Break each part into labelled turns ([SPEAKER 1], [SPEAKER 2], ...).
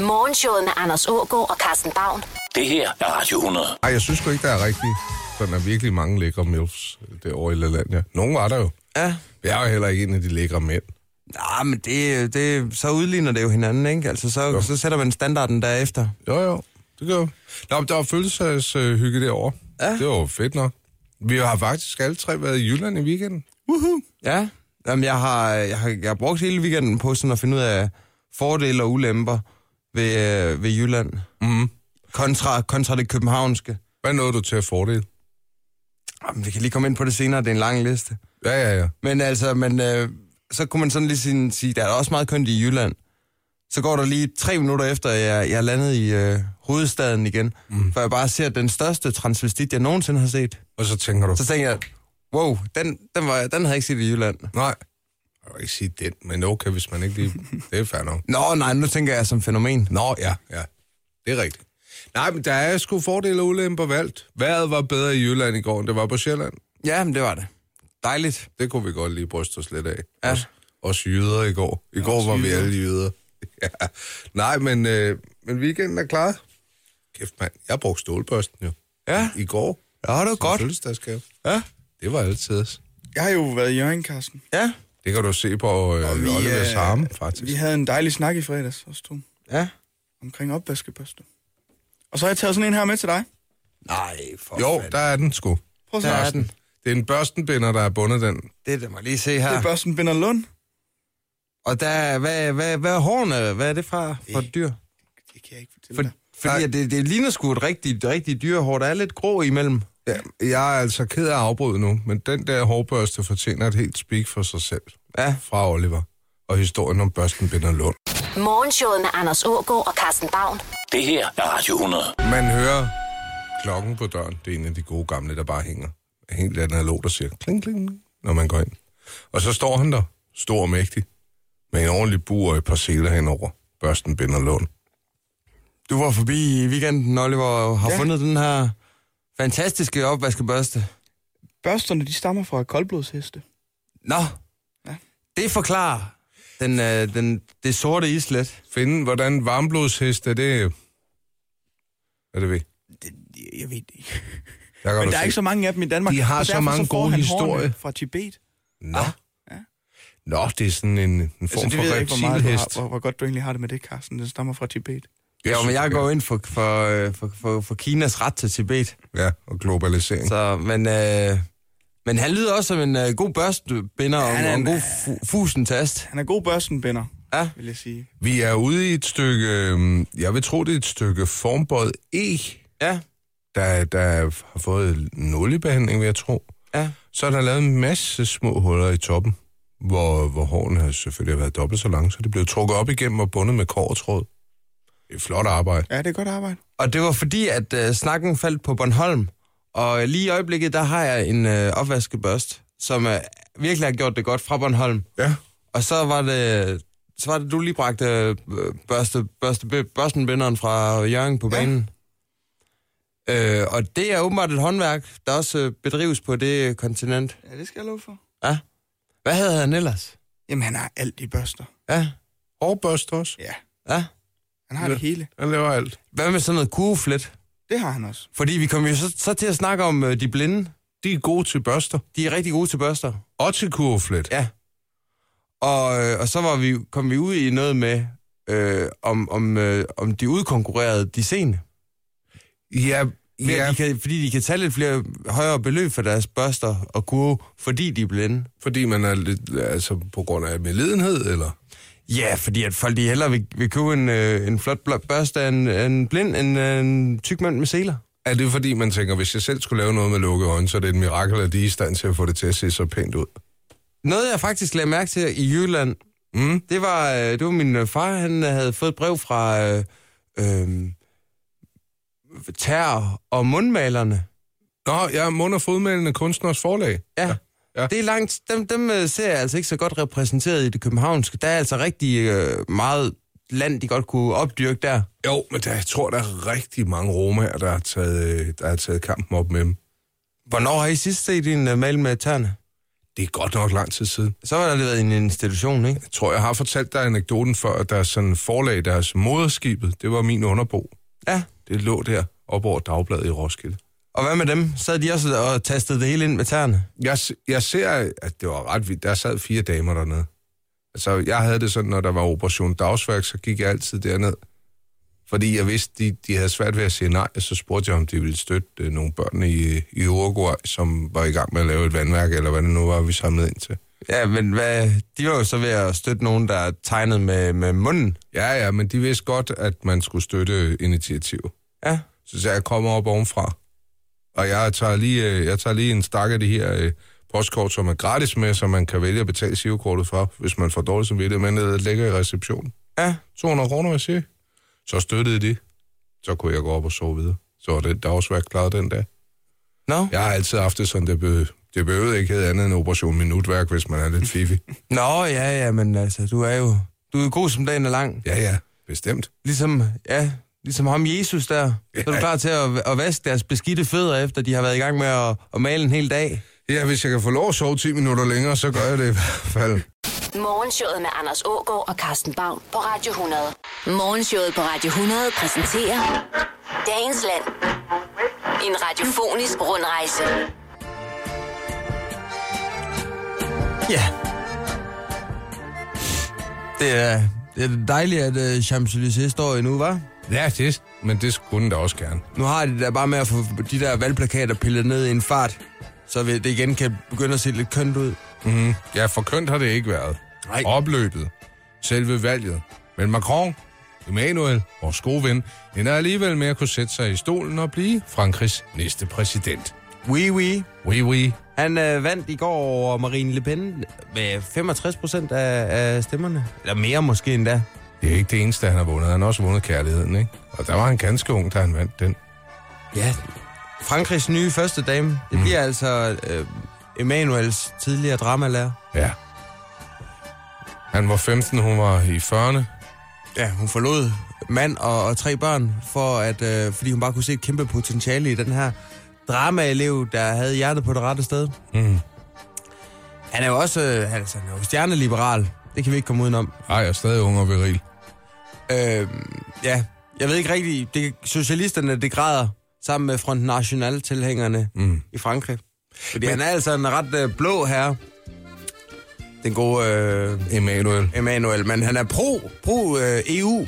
[SPEAKER 1] Morgenshowet med Anders Ågaard og Carsten Baum.
[SPEAKER 2] Det her er Radio 100.
[SPEAKER 3] Ej, jeg synes sgu ikke, der er rigtig... Sådan er virkelig mange lækre milfs derovre øh, i Lalandia. Nogle var der jo.
[SPEAKER 4] Ja.
[SPEAKER 3] Jeg er jo heller ikke en af de lækre mænd.
[SPEAKER 4] Nej, Ah, men det, det, så udligner det jo hinanden, ikke? Altså, så, jo. så sætter man standarden derefter.
[SPEAKER 3] Jo, jo. Det gør jeg. Nå, men der var følelseshygge derovre. Ja. Det var jo fedt nok. Vi har faktisk alle tre været i Jylland i weekenden.
[SPEAKER 4] Woohoo! Ja. Jamen, jeg har, jeg, har, jeg har brugt hele weekenden på sådan at finde ud af fordele og ulemper ved, øh, ved Jylland. Mm-hmm.
[SPEAKER 3] Mhm.
[SPEAKER 4] Kontra, kontra det københavnske.
[SPEAKER 3] Hvad nåede du til at fordele?
[SPEAKER 4] Jamen, vi kan lige komme ind på det senere, det er en lang liste.
[SPEAKER 3] Ja, ja, ja.
[SPEAKER 4] Men altså, men, øh, så kunne man sådan lige sin, sige, der er også meget kønt i Jylland. Så går der lige tre minutter efter, at jeg, jeg er landet i øh, hovedstaden igen, mm. for jeg bare ser den største transvestit, jeg nogensinde har set.
[SPEAKER 3] Og så tænker du...
[SPEAKER 4] Så tænker jeg, wow, den, den, var, den havde jeg ikke set i Jylland.
[SPEAKER 3] Nej. Jeg vil ikke sige den, men okay, hvis man ikke lige... Det er fair nok.
[SPEAKER 4] Nå, nej, nu tænker jeg som fænomen.
[SPEAKER 3] Nå, ja, ja. Det er rigtigt. Nej, men der er sgu fordele og ulemper valgt. Vejret var bedre i Jylland i går, end det var på Sjælland.
[SPEAKER 4] Ja, men det var det. Dejligt.
[SPEAKER 3] Det kunne vi godt lige bryste os lidt af.
[SPEAKER 4] Ja.
[SPEAKER 3] Os, os jyder i går. I går
[SPEAKER 4] os
[SPEAKER 3] var vi
[SPEAKER 4] jyder.
[SPEAKER 3] alle jyder. Ja. Nej, men, øh, men weekenden er klar. Kæft, mand. Jeg brugte stålbørsten jo.
[SPEAKER 4] Ja.
[SPEAKER 3] I går.
[SPEAKER 4] Ja, det var
[SPEAKER 3] Til
[SPEAKER 4] godt.
[SPEAKER 3] Fødselsdagsgave.
[SPEAKER 4] Ja.
[SPEAKER 3] Det var altid.
[SPEAKER 5] Jeg har jo været i Jørgen, Carsten.
[SPEAKER 4] Ja.
[SPEAKER 3] Det kan du se på øh,
[SPEAKER 5] vi,
[SPEAKER 3] Olivers
[SPEAKER 5] øh,
[SPEAKER 3] arme, faktisk.
[SPEAKER 5] Vi havde en dejlig snak i fredags, os to,
[SPEAKER 4] Ja.
[SPEAKER 5] omkring opvaskebørste. Og så har jeg taget sådan en her med til dig.
[SPEAKER 4] Nej, for
[SPEAKER 3] Jo, der er den sgu.
[SPEAKER 5] Prøv at se.
[SPEAKER 4] Der er
[SPEAKER 5] Det
[SPEAKER 4] den.
[SPEAKER 3] Det er en børstenbinder, der er bundet den.
[SPEAKER 4] Det der må jeg lige se her.
[SPEAKER 5] er børsten Binder Lund.
[SPEAKER 4] Og der, er- hvad, hvad, hvad er hårene? Hvad er det fra for et dyr?
[SPEAKER 5] Det kan jeg ikke fortælle
[SPEAKER 4] For,
[SPEAKER 5] dig.
[SPEAKER 4] fordi at det, det ligner sgu et rigtigt, rigtigt dyrehår. Der er lidt grå imellem.
[SPEAKER 3] Ja, jeg er altså ked af afbrud nu, men den der hårbørste fortjener et helt speak for sig selv.
[SPEAKER 4] Ja.
[SPEAKER 3] Fra Oliver. Og historien om børstenbinder Lund.
[SPEAKER 1] Morgenshowet med Anders Ågaard og Carsten Baum.
[SPEAKER 2] Det her er Radio 100.
[SPEAKER 3] Man hører klokken på døren. Det er en af de gode gamle, der bare hænger. Helt analog, der siger kling, kling, når man går ind. Og så står han der, stor og mægtig, med en ordentlig bur og et par seler henover. Børsten binder lån.
[SPEAKER 4] Du var forbi i weekenden, Oliver, og har ja.
[SPEAKER 5] Ja.
[SPEAKER 4] fundet den her fantastiske opvaskebørste.
[SPEAKER 5] Børsterne, de stammer fra koldblodsheste.
[SPEAKER 4] Nå,
[SPEAKER 5] Ja.
[SPEAKER 4] det forklarer den, øh, den, det sorte islet.
[SPEAKER 3] Finde, hvordan varmblodshest er det... Er det ved?
[SPEAKER 5] Det, jeg ved det ikke.
[SPEAKER 3] Der kan
[SPEAKER 5] Men
[SPEAKER 3] du
[SPEAKER 5] der er
[SPEAKER 3] se.
[SPEAKER 5] ikke så mange af dem i Danmark.
[SPEAKER 3] De har
[SPEAKER 5] og
[SPEAKER 3] så
[SPEAKER 5] derfor
[SPEAKER 3] mange
[SPEAKER 5] får
[SPEAKER 3] gode
[SPEAKER 5] han
[SPEAKER 3] historier.
[SPEAKER 5] hornene Fra Tibet.
[SPEAKER 3] Nå.
[SPEAKER 5] Ja.
[SPEAKER 3] Nå, det er sådan en, en form
[SPEAKER 5] Altså, det
[SPEAKER 3] for
[SPEAKER 5] ved jeg ikke, hvor, meget du har,
[SPEAKER 3] reptilhest.
[SPEAKER 5] hvor, hvor, godt du egentlig har det med det, Carsten. Den stammer fra Tibet.
[SPEAKER 4] Jo, men jeg går ind for, for, øh, for, for, for Kinas ret til Tibet.
[SPEAKER 3] Ja, og globalisering.
[SPEAKER 4] Så, men, øh, men han lyder også som en øh, god børstebinder og,
[SPEAKER 5] han er
[SPEAKER 4] og en
[SPEAKER 5] en-
[SPEAKER 4] god fu- fusentast.
[SPEAKER 5] Han er god børstenbinder,
[SPEAKER 4] Ja.
[SPEAKER 5] vil jeg sige.
[SPEAKER 3] Vi er ude i et stykke, øhm, jeg vil tro, det er et stykke formbåd E,
[SPEAKER 4] Ja,
[SPEAKER 3] der, der har fået nul i behandling, vil jeg tro.
[SPEAKER 4] ja.
[SPEAKER 3] Så er der lavet en masse små huller i toppen, hvor, hvor hårene har selvfølgelig været dobbelt så lange, så det blev trukket op igennem og bundet med kårtråd. Det er flot arbejde.
[SPEAKER 5] Ja, det er godt arbejde.
[SPEAKER 4] Og det var fordi, at øh, snakken faldt på Bornholm. Og øh, lige i øjeblikket, der har jeg en øh, opvaskebørst, som øh, virkelig har gjort det godt fra Bornholm.
[SPEAKER 3] Ja.
[SPEAKER 4] Og så var det, så var det du lige bragte øh, børste, børste, børstenbinderen fra Jørgen på banen. Ja. Øh, og det er åbenbart et håndværk, der også øh, bedrives på det øh, kontinent.
[SPEAKER 5] Ja, det skal jeg love for.
[SPEAKER 4] Ja. Hvad havde han ellers?
[SPEAKER 5] Jamen, han har alt i børster.
[SPEAKER 4] Ja,
[SPEAKER 3] Og børst også.
[SPEAKER 5] Ja,
[SPEAKER 4] ja.
[SPEAKER 5] han har det hele.
[SPEAKER 3] Han laver alt.
[SPEAKER 4] Hvad med sådan noget kugeflet?
[SPEAKER 5] Det har han også.
[SPEAKER 4] Fordi vi kom jo så, så til at snakke om øh, de blinde.
[SPEAKER 3] De er gode til børster.
[SPEAKER 4] De er rigtig gode til børster.
[SPEAKER 3] Og til kurflet.
[SPEAKER 4] Ja. Og, øh, og så var vi, kom vi ud i noget med, øh, om, om, øh, om de udkonkurrerede de sene.
[SPEAKER 3] Ja,
[SPEAKER 4] Mere,
[SPEAKER 3] ja
[SPEAKER 4] de kan, fordi de kan tage lidt flere højere beløb for deres børster og kurve, fordi de er blinde.
[SPEAKER 3] fordi man er lidt, altså på grund af medlidenhed, eller?
[SPEAKER 4] Ja, fordi at folk de hellere vil, vil købe en, øh, en flot blå børste af en, af en blind end af en tyk mand med seler.
[SPEAKER 3] Er det fordi, man tænker, hvis jeg selv skulle lave noget med lukkede øjne, så er det et mirakel, at de er i stand til at få det til at se så pænt ud?
[SPEAKER 4] Noget, jeg faktisk lagde mærke til i Jylland, mm. det, var, øh, det var min øh, far, han havde fået et brev fra øh, øh, terror og mundmalerne.
[SPEAKER 3] Nå, jeg er mund- og fodmalende kunstners forlag.
[SPEAKER 4] Ja.
[SPEAKER 3] Ja.
[SPEAKER 4] ja. Det er langt, dem, dem øh, ser jeg altså ikke så godt repræsenteret i det københavnske. Der er altså rigtig øh, meget land, de godt kunne opdyrke der.
[SPEAKER 3] Jo, men der, jeg tror, der er rigtig mange romaer, der har taget, øh, der har taget kampen op med dem.
[SPEAKER 4] Hvornår har I sidst set en uh, mal øh, med tærne?
[SPEAKER 3] Det er godt nok lang tid siden.
[SPEAKER 4] Så har det været en institution, ikke?
[SPEAKER 3] Jeg tror, jeg har fortalt dig anekdoten før, at der er sådan en forlag, deres moderskibet, det var min underbo.
[SPEAKER 4] Ja.
[SPEAKER 3] Det lå der op over Dagbladet i Roskilde.
[SPEAKER 4] Og hvad med dem? Sad de også og tastede det hele ind med tæerne?
[SPEAKER 3] Jeg, se- jeg ser, at det var ret vildt. Der sad fire damer dernede. Altså, jeg havde det sådan, når der var operation dagsværk, så gik jeg altid derned. Fordi jeg vidste, de, de havde svært ved at sige nej, og så spurgte jeg, om de ville støtte øh, nogle børn i, i Uruguay, som var i gang med at lave et vandværk, eller hvad det nu var, vi samlede ind til.
[SPEAKER 4] Ja, men hvad, de var jo så ved at støtte nogen, der tegnede med, med munden.
[SPEAKER 3] Ja, ja, men de vidste godt, at man skulle støtte initiativet.
[SPEAKER 4] Ja.
[SPEAKER 3] Så sagde jeg, jeg kommer op ovenfra. Og jeg tager lige, øh, jeg tager lige en stak af det her øh, postkort, som er gratis med, som man kan vælge at betale sivekortet fra, hvis man får dårligt som det, men det ligger i receptionen.
[SPEAKER 4] Ja.
[SPEAKER 3] 200 kroner, jeg siger. Så støttede de. Så kunne jeg gå op og sove videre. Så var det dagsværk klaret den dag.
[SPEAKER 4] Nå? No? Ja.
[SPEAKER 3] Jeg har altid haft det sådan, det, be, det behøvede ikke hedde andet end Operation Minutværk, hvis man er lidt fifi.
[SPEAKER 4] Nå, ja, ja, men altså, du er jo... Du er jo god, som dagen er lang.
[SPEAKER 3] Ja, ja, bestemt.
[SPEAKER 4] Ligesom, ja, ligesom ham Jesus der. Så er du klar til at, at vaske deres beskidte fødder, efter de har været i gang med at, at male en hel dag.
[SPEAKER 3] Ja, hvis jeg kan få lov at sove 10 minutter længere, så gør jeg det i hvert fald.
[SPEAKER 1] Morgenshowet med Anders Ågaard og Carsten Baum på Radio 100. Morgenshowet på Radio 100 præsenterer Dagens Land. En radiofonisk rundrejse.
[SPEAKER 4] Ja. Det er, det er dejligt, at uh, Champs-Élysées står endnu, var.
[SPEAKER 3] Ja, det, men det kunne da også gerne.
[SPEAKER 4] Nu har de der bare med at få de der valgplakater pillet ned i en fart, så vi- det igen kan begynde at se lidt kønt ud.
[SPEAKER 3] Mm-hmm. Ja, for kønt har det ikke været.
[SPEAKER 4] Nej.
[SPEAKER 3] Opløbet. Selve valget. Men Macron, Emmanuel, vores gode ven, ender alligevel med at kunne sætte sig i stolen og blive Frankrigs næste præsident.
[SPEAKER 4] Oui, oui.
[SPEAKER 3] Oui, oui.
[SPEAKER 4] Han øh, vandt i går over Marine Le Pen med 65 procent af, af stemmerne. Eller mere måske endda.
[SPEAKER 3] Det er ikke det eneste, han har vundet. Han har også vundet kærligheden, ikke? Og der var han ganske ung, da han vandt den.
[SPEAKER 4] Ja. Frankrigs nye første dame. Det bliver altså øh, Emmanuels tidligere dramalærer.
[SPEAKER 3] Ja. Han var 15, hun var i 40'erne.
[SPEAKER 4] Ja, hun forlod mand og, og tre børn, for at, øh, fordi hun bare kunne se et kæmpe potentiale i den her dramaelev, der havde hjertet på det rette sted.
[SPEAKER 3] Mm.
[SPEAKER 4] Han er jo også øh, han, altså, han er jo stjerneliberal. Det kan vi ikke komme udenom.
[SPEAKER 3] Ej, jeg er stadig ung og viril.
[SPEAKER 4] Øh, ja, jeg ved ikke rigtigt. Det, socialisterne, det græder sammen med Front National-tilhængerne mm. i Frankrig. Fordi Men... han er altså en ret øh, blå herre. Den gode øh,
[SPEAKER 3] Emmanuel.
[SPEAKER 4] Emmanuel. Men han er pro-EU. Pro, øh, EU.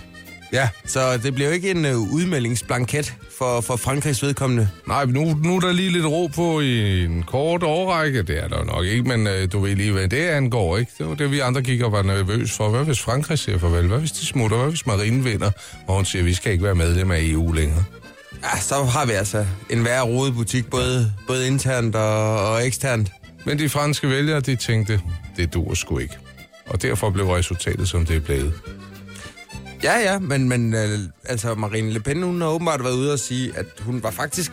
[SPEAKER 3] Ja.
[SPEAKER 4] Så det bliver jo ikke en øh, udmeldingsblanket for, for Frankrigs vedkommende.
[SPEAKER 3] Nej, men nu, nu er der lige lidt ro på i en kort årrække. Det er der jo nok ikke, men øh, du ved lige, hvad det angår, ikke? Det var det, vi andre gik og var nervøs for. Hvad hvis Frankrig siger farvel? Hvad hvis de smutter? Hvad hvis Marine vinder? Og hun siger, vi skal ikke være medlem af EU længere.
[SPEAKER 4] Ja, så har vi altså en værre rodet butik, både, både internt og, og eksternt.
[SPEAKER 3] Men de franske vælgere, de tænkte, det dur sgu ikke. Og derfor blev resultatet, som det er blevet.
[SPEAKER 4] Ja, ja, men, men øh, altså Marine Le Pen, hun har åbenbart været ude og sige, at hun var faktisk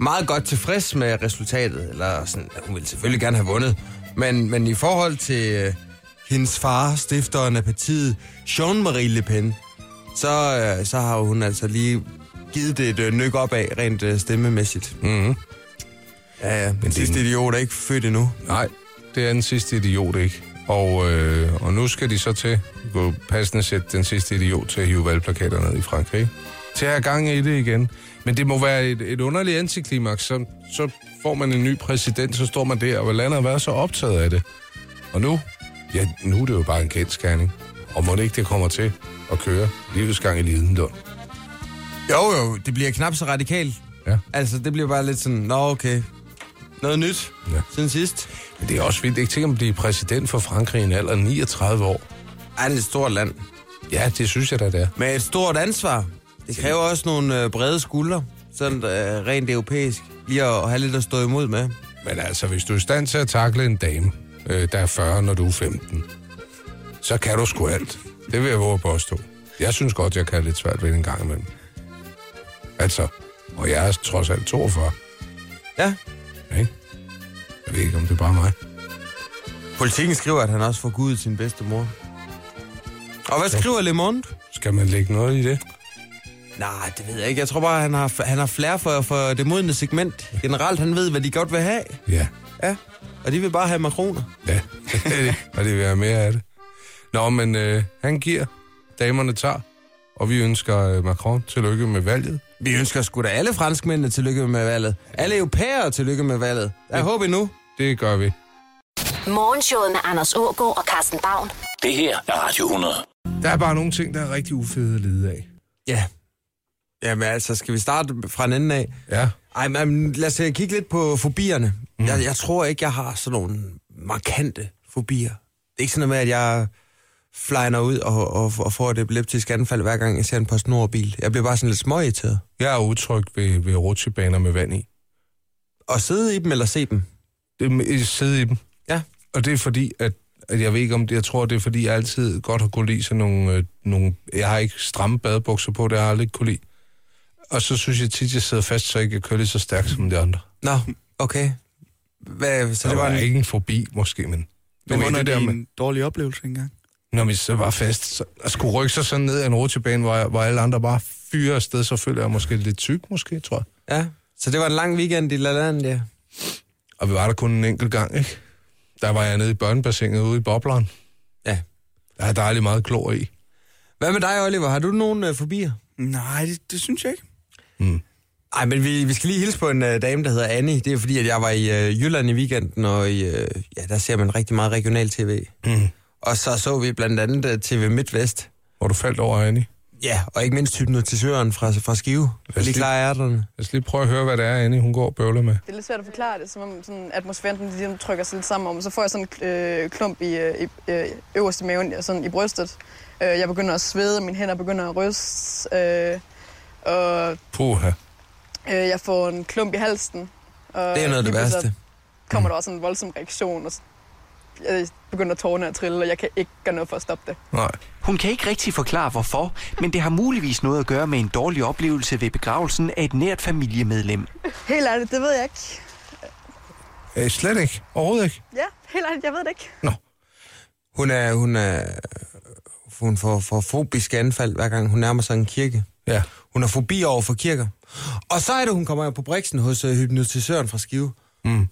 [SPEAKER 4] meget godt tilfreds med resultatet. Eller sådan, at hun ville selvfølgelig gerne have vundet. Men, men i forhold til øh, hendes far, stifteren af partiet, Jean-Marie Le Pen, så, øh, så har hun altså lige givet det et øh, nyk op af, rent øh, stemmemæssigt.
[SPEAKER 3] Mm-hmm.
[SPEAKER 4] Ja, ja, men sidste idiot er ikke født endnu.
[SPEAKER 3] Nej, det er den sidste idiot, ikke? Og, øh, og nu skal de så til gå passende sætte den sidste idiot til at hive valgplakater ned i Frankrig. ikke? Til at have gang i det igen. Men det må være et, et underligt antiklimaks. Så, så får man en ny præsident, så står man der, og hvordan har været så optaget af det? Og nu? Ja, nu er det jo bare en kendskærning. Og må det ikke, det kommer til at køre livets gang i Lidendund?
[SPEAKER 4] Jo, jo, det bliver knap så radikalt.
[SPEAKER 3] Ja.
[SPEAKER 4] Altså, det bliver bare lidt sådan, nå okay, noget nyt
[SPEAKER 3] Ja.
[SPEAKER 4] ja. siden sidst.
[SPEAKER 3] Men det er også vildt. Ikke tænke om blive præsident for Frankrig i en alder af 39 år.
[SPEAKER 4] er det et stort land.
[SPEAKER 3] Ja, det synes jeg da, det er.
[SPEAKER 4] Med et stort ansvar. Det kræver også nogle øh, brede skuldre, sådan øh, rent europæisk. Lige at have lidt at stå imod med.
[SPEAKER 3] Men altså, hvis du er i stand til at takle en dame, øh, der er 40, når du er 15, så kan du sgu alt. Det vil jeg våge at påstå. Jeg synes godt, jeg kan have lidt svært ved det en gang imellem. Altså, og jeg er trods alt 42,
[SPEAKER 4] Ja.
[SPEAKER 3] ikke? Jeg ved ikke, om det er bare mig.
[SPEAKER 4] Politikken skriver, at han også får Gud sin bedste mor. Og hvad skriver Le Monde?
[SPEAKER 3] Skal man lægge noget i det?
[SPEAKER 4] Nej, det ved jeg ikke. Jeg tror bare, han har, han har flere for, for det modne segment. Generelt, han ved, hvad de godt vil have.
[SPEAKER 3] Ja.
[SPEAKER 4] Ja. Og de vil bare have makroner.
[SPEAKER 3] Ja, og det vil være mere af det. Nå, men øh, han giver, damerne tager, og vi ønsker øh, Macron tillykke med valget.
[SPEAKER 4] Vi ønsker sgu da alle franskmændene tillykke med valget. Alle europæere tillykke med valget. Jeg håber nu.
[SPEAKER 3] Det gør vi.
[SPEAKER 1] Morgenshowet med Anders Ågaard og Carsten Baum.
[SPEAKER 2] Det her er Radio 100.
[SPEAKER 3] Der er bare nogle ting, der er rigtig ufede at lide af.
[SPEAKER 4] Ja. Jamen altså, skal vi starte fra en ende af?
[SPEAKER 3] Ja.
[SPEAKER 4] Ej, men lad os øh, kigge lidt på fobierne. Mm. Jeg, jeg tror ikke, jeg har sådan nogle markante fobier. Det er ikke sådan noget med, at jeg flyner ud og, og, og får et epileptisk anfald, hver gang jeg ser en PostNord-bil. Jeg bliver bare sådan lidt småirriteret.
[SPEAKER 3] Jeg er utryg ved, ved rutsjebaner med vand i.
[SPEAKER 4] Og sidde i dem eller se dem?
[SPEAKER 3] Det er med- at sidde i dem.
[SPEAKER 4] Ja.
[SPEAKER 3] Og det er fordi, at, at jeg ved ikke om det, jeg tror, det er fordi, jeg altid godt har kunne lide sådan nogle, øh, nogle... Jeg har ikke stramme badebukser på, det har jeg aldrig kunne lide. Og så synes jeg tit, jeg sidder fast, så jeg ikke kan køre lige så stærkt som de andre.
[SPEAKER 4] Nå, okay. Hvad, så
[SPEAKER 3] Så
[SPEAKER 4] det var en...
[SPEAKER 3] ikke en fobi, måske, men...
[SPEAKER 5] Det
[SPEAKER 3] Du
[SPEAKER 5] var
[SPEAKER 3] ved det der
[SPEAKER 5] en
[SPEAKER 3] med,
[SPEAKER 5] dårlig oplevelse engang.
[SPEAKER 3] når vi så var fast, så, at skulle rykke sig sådan ned ad en rutsjebane, hvor, hvor alle andre bare fyrer afsted, så føler jeg måske lidt tyk, måske, tror jeg.
[SPEAKER 4] Ja, så det var en lang weekend i LaLandia.
[SPEAKER 3] Og vi var der kun en enkelt gang, ikke? Der var jeg nede i børnebassinet ude i bobleren.
[SPEAKER 4] Ja.
[SPEAKER 3] Der er dejligt meget klor i.
[SPEAKER 4] Hvad med dig, Oliver? Har du nogen øh, fobier?
[SPEAKER 5] Nej, det, det synes jeg ikke.
[SPEAKER 4] Ej, men vi, vi skal lige hilse på en øh, dame, der hedder Annie. Det er fordi, at jeg var i øh, Jylland i weekenden, og i, øh, ja, der ser man rigtig meget regional tv. Mm. Og så så vi blandt andet øh, TV MidtVest.
[SPEAKER 3] Hvor du faldt over, Annie.
[SPEAKER 4] Ja, og ikke mindst hypnotisøren fra, fra Skive.
[SPEAKER 3] os
[SPEAKER 4] Lige
[SPEAKER 3] lige-
[SPEAKER 4] klar ærterne.
[SPEAKER 3] Lad os lige prøve at høre, hvad det er, Annie, hun går og bøvler med.
[SPEAKER 6] Det er lidt svært at forklare det, som om sådan, atmosfæren den ligesom trykker sig lidt sammen om, og så får jeg sådan en øh, klump i, øh, i øh, øverst i maven, ja, sådan i brystet. Øh, jeg begynder at svede, og mine hænder begynder at ryste, øh, og
[SPEAKER 3] Puha.
[SPEAKER 6] øh, jeg får en klump i halsen. Og
[SPEAKER 4] Det er noget af det
[SPEAKER 6] lige pludselig
[SPEAKER 4] værste.
[SPEAKER 6] så kommer der også en voldsom reaktion, og så- jeg begynder tårerne at trille, og jeg kan ikke gøre noget for at stoppe det.
[SPEAKER 3] Nej.
[SPEAKER 7] Hun kan ikke rigtig forklare hvorfor, men det har muligvis noget at gøre med en dårlig oplevelse ved begravelsen af et nært familiemedlem.
[SPEAKER 6] Helt ærligt, det ved jeg ikke.
[SPEAKER 3] Øh, slet ikke. Overhovedet ikke.
[SPEAKER 6] Ja, helt ærligt, jeg ved det ikke.
[SPEAKER 4] Hun er, hun er, hun får, får fobiske anfald, hver gang hun nærmer sig en kirke.
[SPEAKER 3] Ja.
[SPEAKER 4] Hun har fobi over for kirker. Og så er det, hun kommer på briksen hos øh, hypnotisøren fra Skive.
[SPEAKER 3] Mm.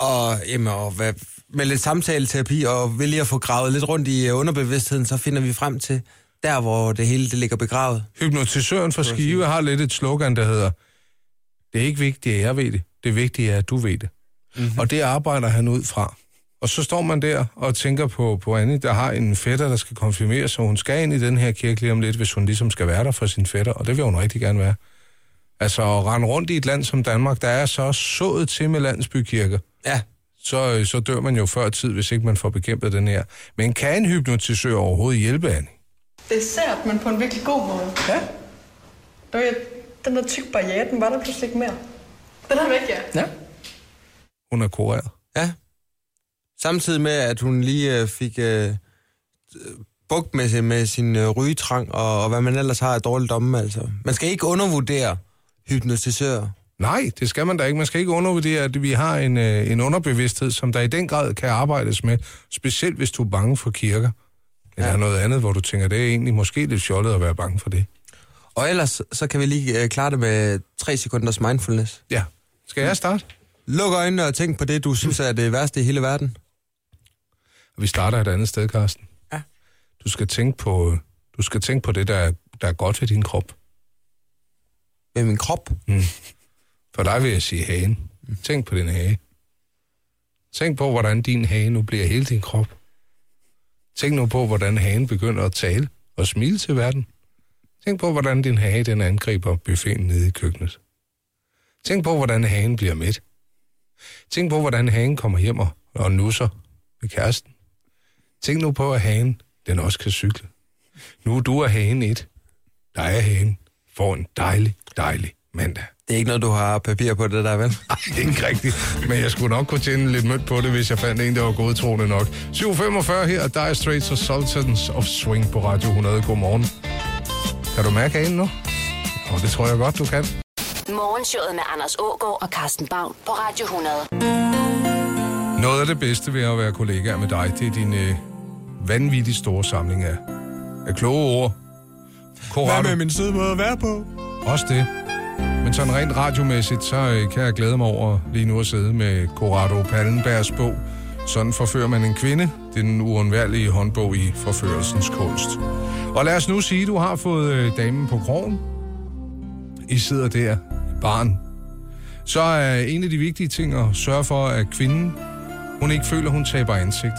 [SPEAKER 4] Og, jamen, og hvad, med lidt samtaleterapi og ved lige at få gravet lidt rundt i øh, underbevidstheden, så finder vi frem til der, hvor det hele det ligger begravet.
[SPEAKER 3] Hypnotisøren fra Skive har lidt et slogan, der hedder, det er ikke vigtigt, at jeg ved det. Det vigtige er, at du ved det. Mm-hmm. Og det arbejder han ud fra. Og så står man der og tænker på, på Annie, der har en fætter, der skal konfirmeres, så hun skal ind i den her kirke lige om lidt, hvis hun ligesom skal være der for sin fætter, og det vil hun rigtig gerne være. Altså at rende rundt i et land som Danmark, der er så sået til med landsbykirker,
[SPEAKER 4] Ja.
[SPEAKER 3] så, øh, så dør man jo før tid, hvis ikke man får bekæmpet den her. Men kan en hypnotisør overhovedet hjælpe Annie?
[SPEAKER 6] Det er sært, men på en virkelig god måde. Ja. Du ved, den der tyk barriere, den var der pludselig ikke mere. Den er væk, ja.
[SPEAKER 3] Hun er kureret.
[SPEAKER 4] Ja. Samtidig med, at hun lige øh, fik øh, bugt med, sin- med sin øh, rygetrang og, og hvad man ellers har af dårligdomme, altså. Man skal ikke undervurdere hypnotisører.
[SPEAKER 3] Nej, det skal man da ikke. Man skal ikke undervurdere, at vi har en, øh, en underbevidsthed, som der i den grad kan arbejdes med. Specielt hvis du er bange for kirker. Eller ja. noget andet, hvor du tænker, det er egentlig måske lidt fjollet at være bange for det.
[SPEAKER 4] Og ellers, så kan vi lige øh, klare det med tre sekunders mindfulness.
[SPEAKER 3] Ja. Skal jeg starte?
[SPEAKER 4] Luk øjnene og tænk på det, du synes er det værste i hele verden.
[SPEAKER 3] Vi starter et andet sted, Karsten. Ja. Du skal tænke på, øh, du skal tænke på det, der er, der er godt ved din krop.
[SPEAKER 4] Med min krop.
[SPEAKER 3] For dig vil jeg sige hagen. Tænk på din hage. Tænk på, hvordan din hage nu bliver hele din krop. Tænk nu på, hvordan hagen begynder at tale og smile til verden. Tænk på, hvordan din hage den angriber buffeten nede i køkkenet. Tænk på, hvordan hagen bliver mæt. Tænk på, hvordan hagen kommer hjem og, og nusser med kæresten. Tænk nu på, at hagen den også kan cykle. Nu er du og hagen et. Dig og hagen får en dejlig, dejlig mandag.
[SPEAKER 4] Det er ikke noget, du har papir på det der, vel?
[SPEAKER 3] Ej, det er ikke rigtigt. Men jeg skulle nok kunne tjene lidt mødt på det, hvis jeg fandt en, der var godtroende nok. 7.45 her, Dire Straits og Sultans of Swing på Radio 100. Godmorgen. Kan du mærke hagen nu? Og det tror jeg godt, du kan.
[SPEAKER 1] Morgenshowet med Anders Ågaard og Carsten Baum på Radio 100.
[SPEAKER 3] Noget af det bedste ved at være kollega med dig, det er din øh, vanvittigt store samling af, af kloge ord. Korrado.
[SPEAKER 4] Ah, min søde måde at være på?
[SPEAKER 3] Også det. Men sådan rent radiomæssigt, så øh, kan jeg glæde mig over lige nu at sidde med Corrado Pallenbergs bog. Sådan forfører man en kvinde. Det er den uundværlige håndbog i forførelsens kunst. Og lad os nu sige, du har fået øh, damen på krogen. I sidder der i baren. Så er en af de vigtige ting at sørge for, at kvinden, hun ikke føler, hun taber ansigt.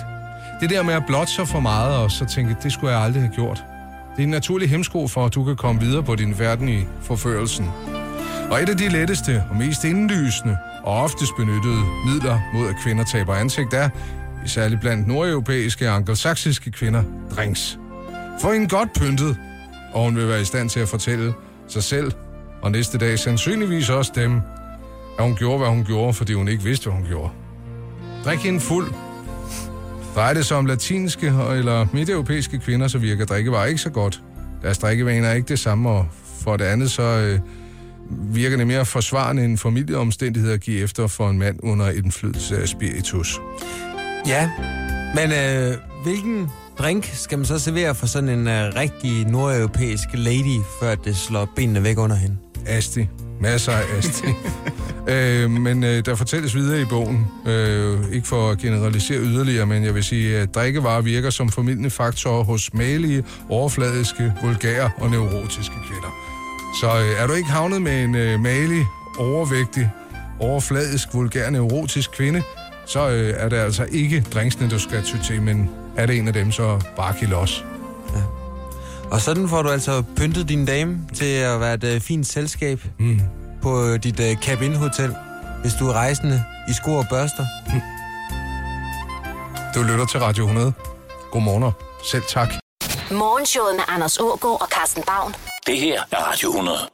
[SPEAKER 3] Det der med at blotte sig for meget, og så tænke, det skulle jeg aldrig have gjort. Det er en naturlig hemsko for, at du kan komme videre på din verden i forførelsen. Og et af de letteste og mest indlysende og oftest benyttede midler mod, at kvinder taber ansigt er, særligt blandt nordeuropæiske og anglosaksiske kvinder, drinks. Få en godt pyntet, og hun vil være i stand til at fortælle sig selv, og næste dag sandsynligvis også dem, at hun gjorde, hvad hun gjorde, fordi hun ikke vidste, hvad hun gjorde. Drik hende fuld. Drejer det sig om latinske eller midteuropæiske kvinder, så virker drikkevarer ikke så godt. Deres drikkevaner er ikke det samme, og for det andet så øh, virker det mere forsvarende end familieomstændigheder at give efter for en mand under indflydelse af spiritus.
[SPEAKER 4] Ja, men øh, hvilken drink skal man så servere for sådan en øh, rigtig nordeuropæisk lady, før det slår benene væk under hende?
[SPEAKER 3] Asti. Masser af asti. øh, men øh, der fortælles videre i bogen, øh, ikke for at generalisere yderligere, men jeg vil sige, at drikkevarer virker som formidlende faktorer hos malige, overfladiske, vulgære og neurotiske kvinder. Så øh, er du ikke havnet med en øh, malig, overvægtig, overfladisk, vulgær, neurotisk kvinde, så øh, er det altså ikke drinksene, du skal ty til, men er det en af dem, så bare kill os.
[SPEAKER 4] Og sådan får du altså pyntet din dame til at være et øh, fint selskab
[SPEAKER 3] Mm.
[SPEAKER 4] på øh, dit øh, cabin hotel, hvis du er rejsende i sko og børster.
[SPEAKER 3] Du lytter til Radio 100. Godmorgen. Selv tak.
[SPEAKER 1] Morgenshowet med Anders Ågaard og Carsten Baum.
[SPEAKER 2] Det her er Radio 100.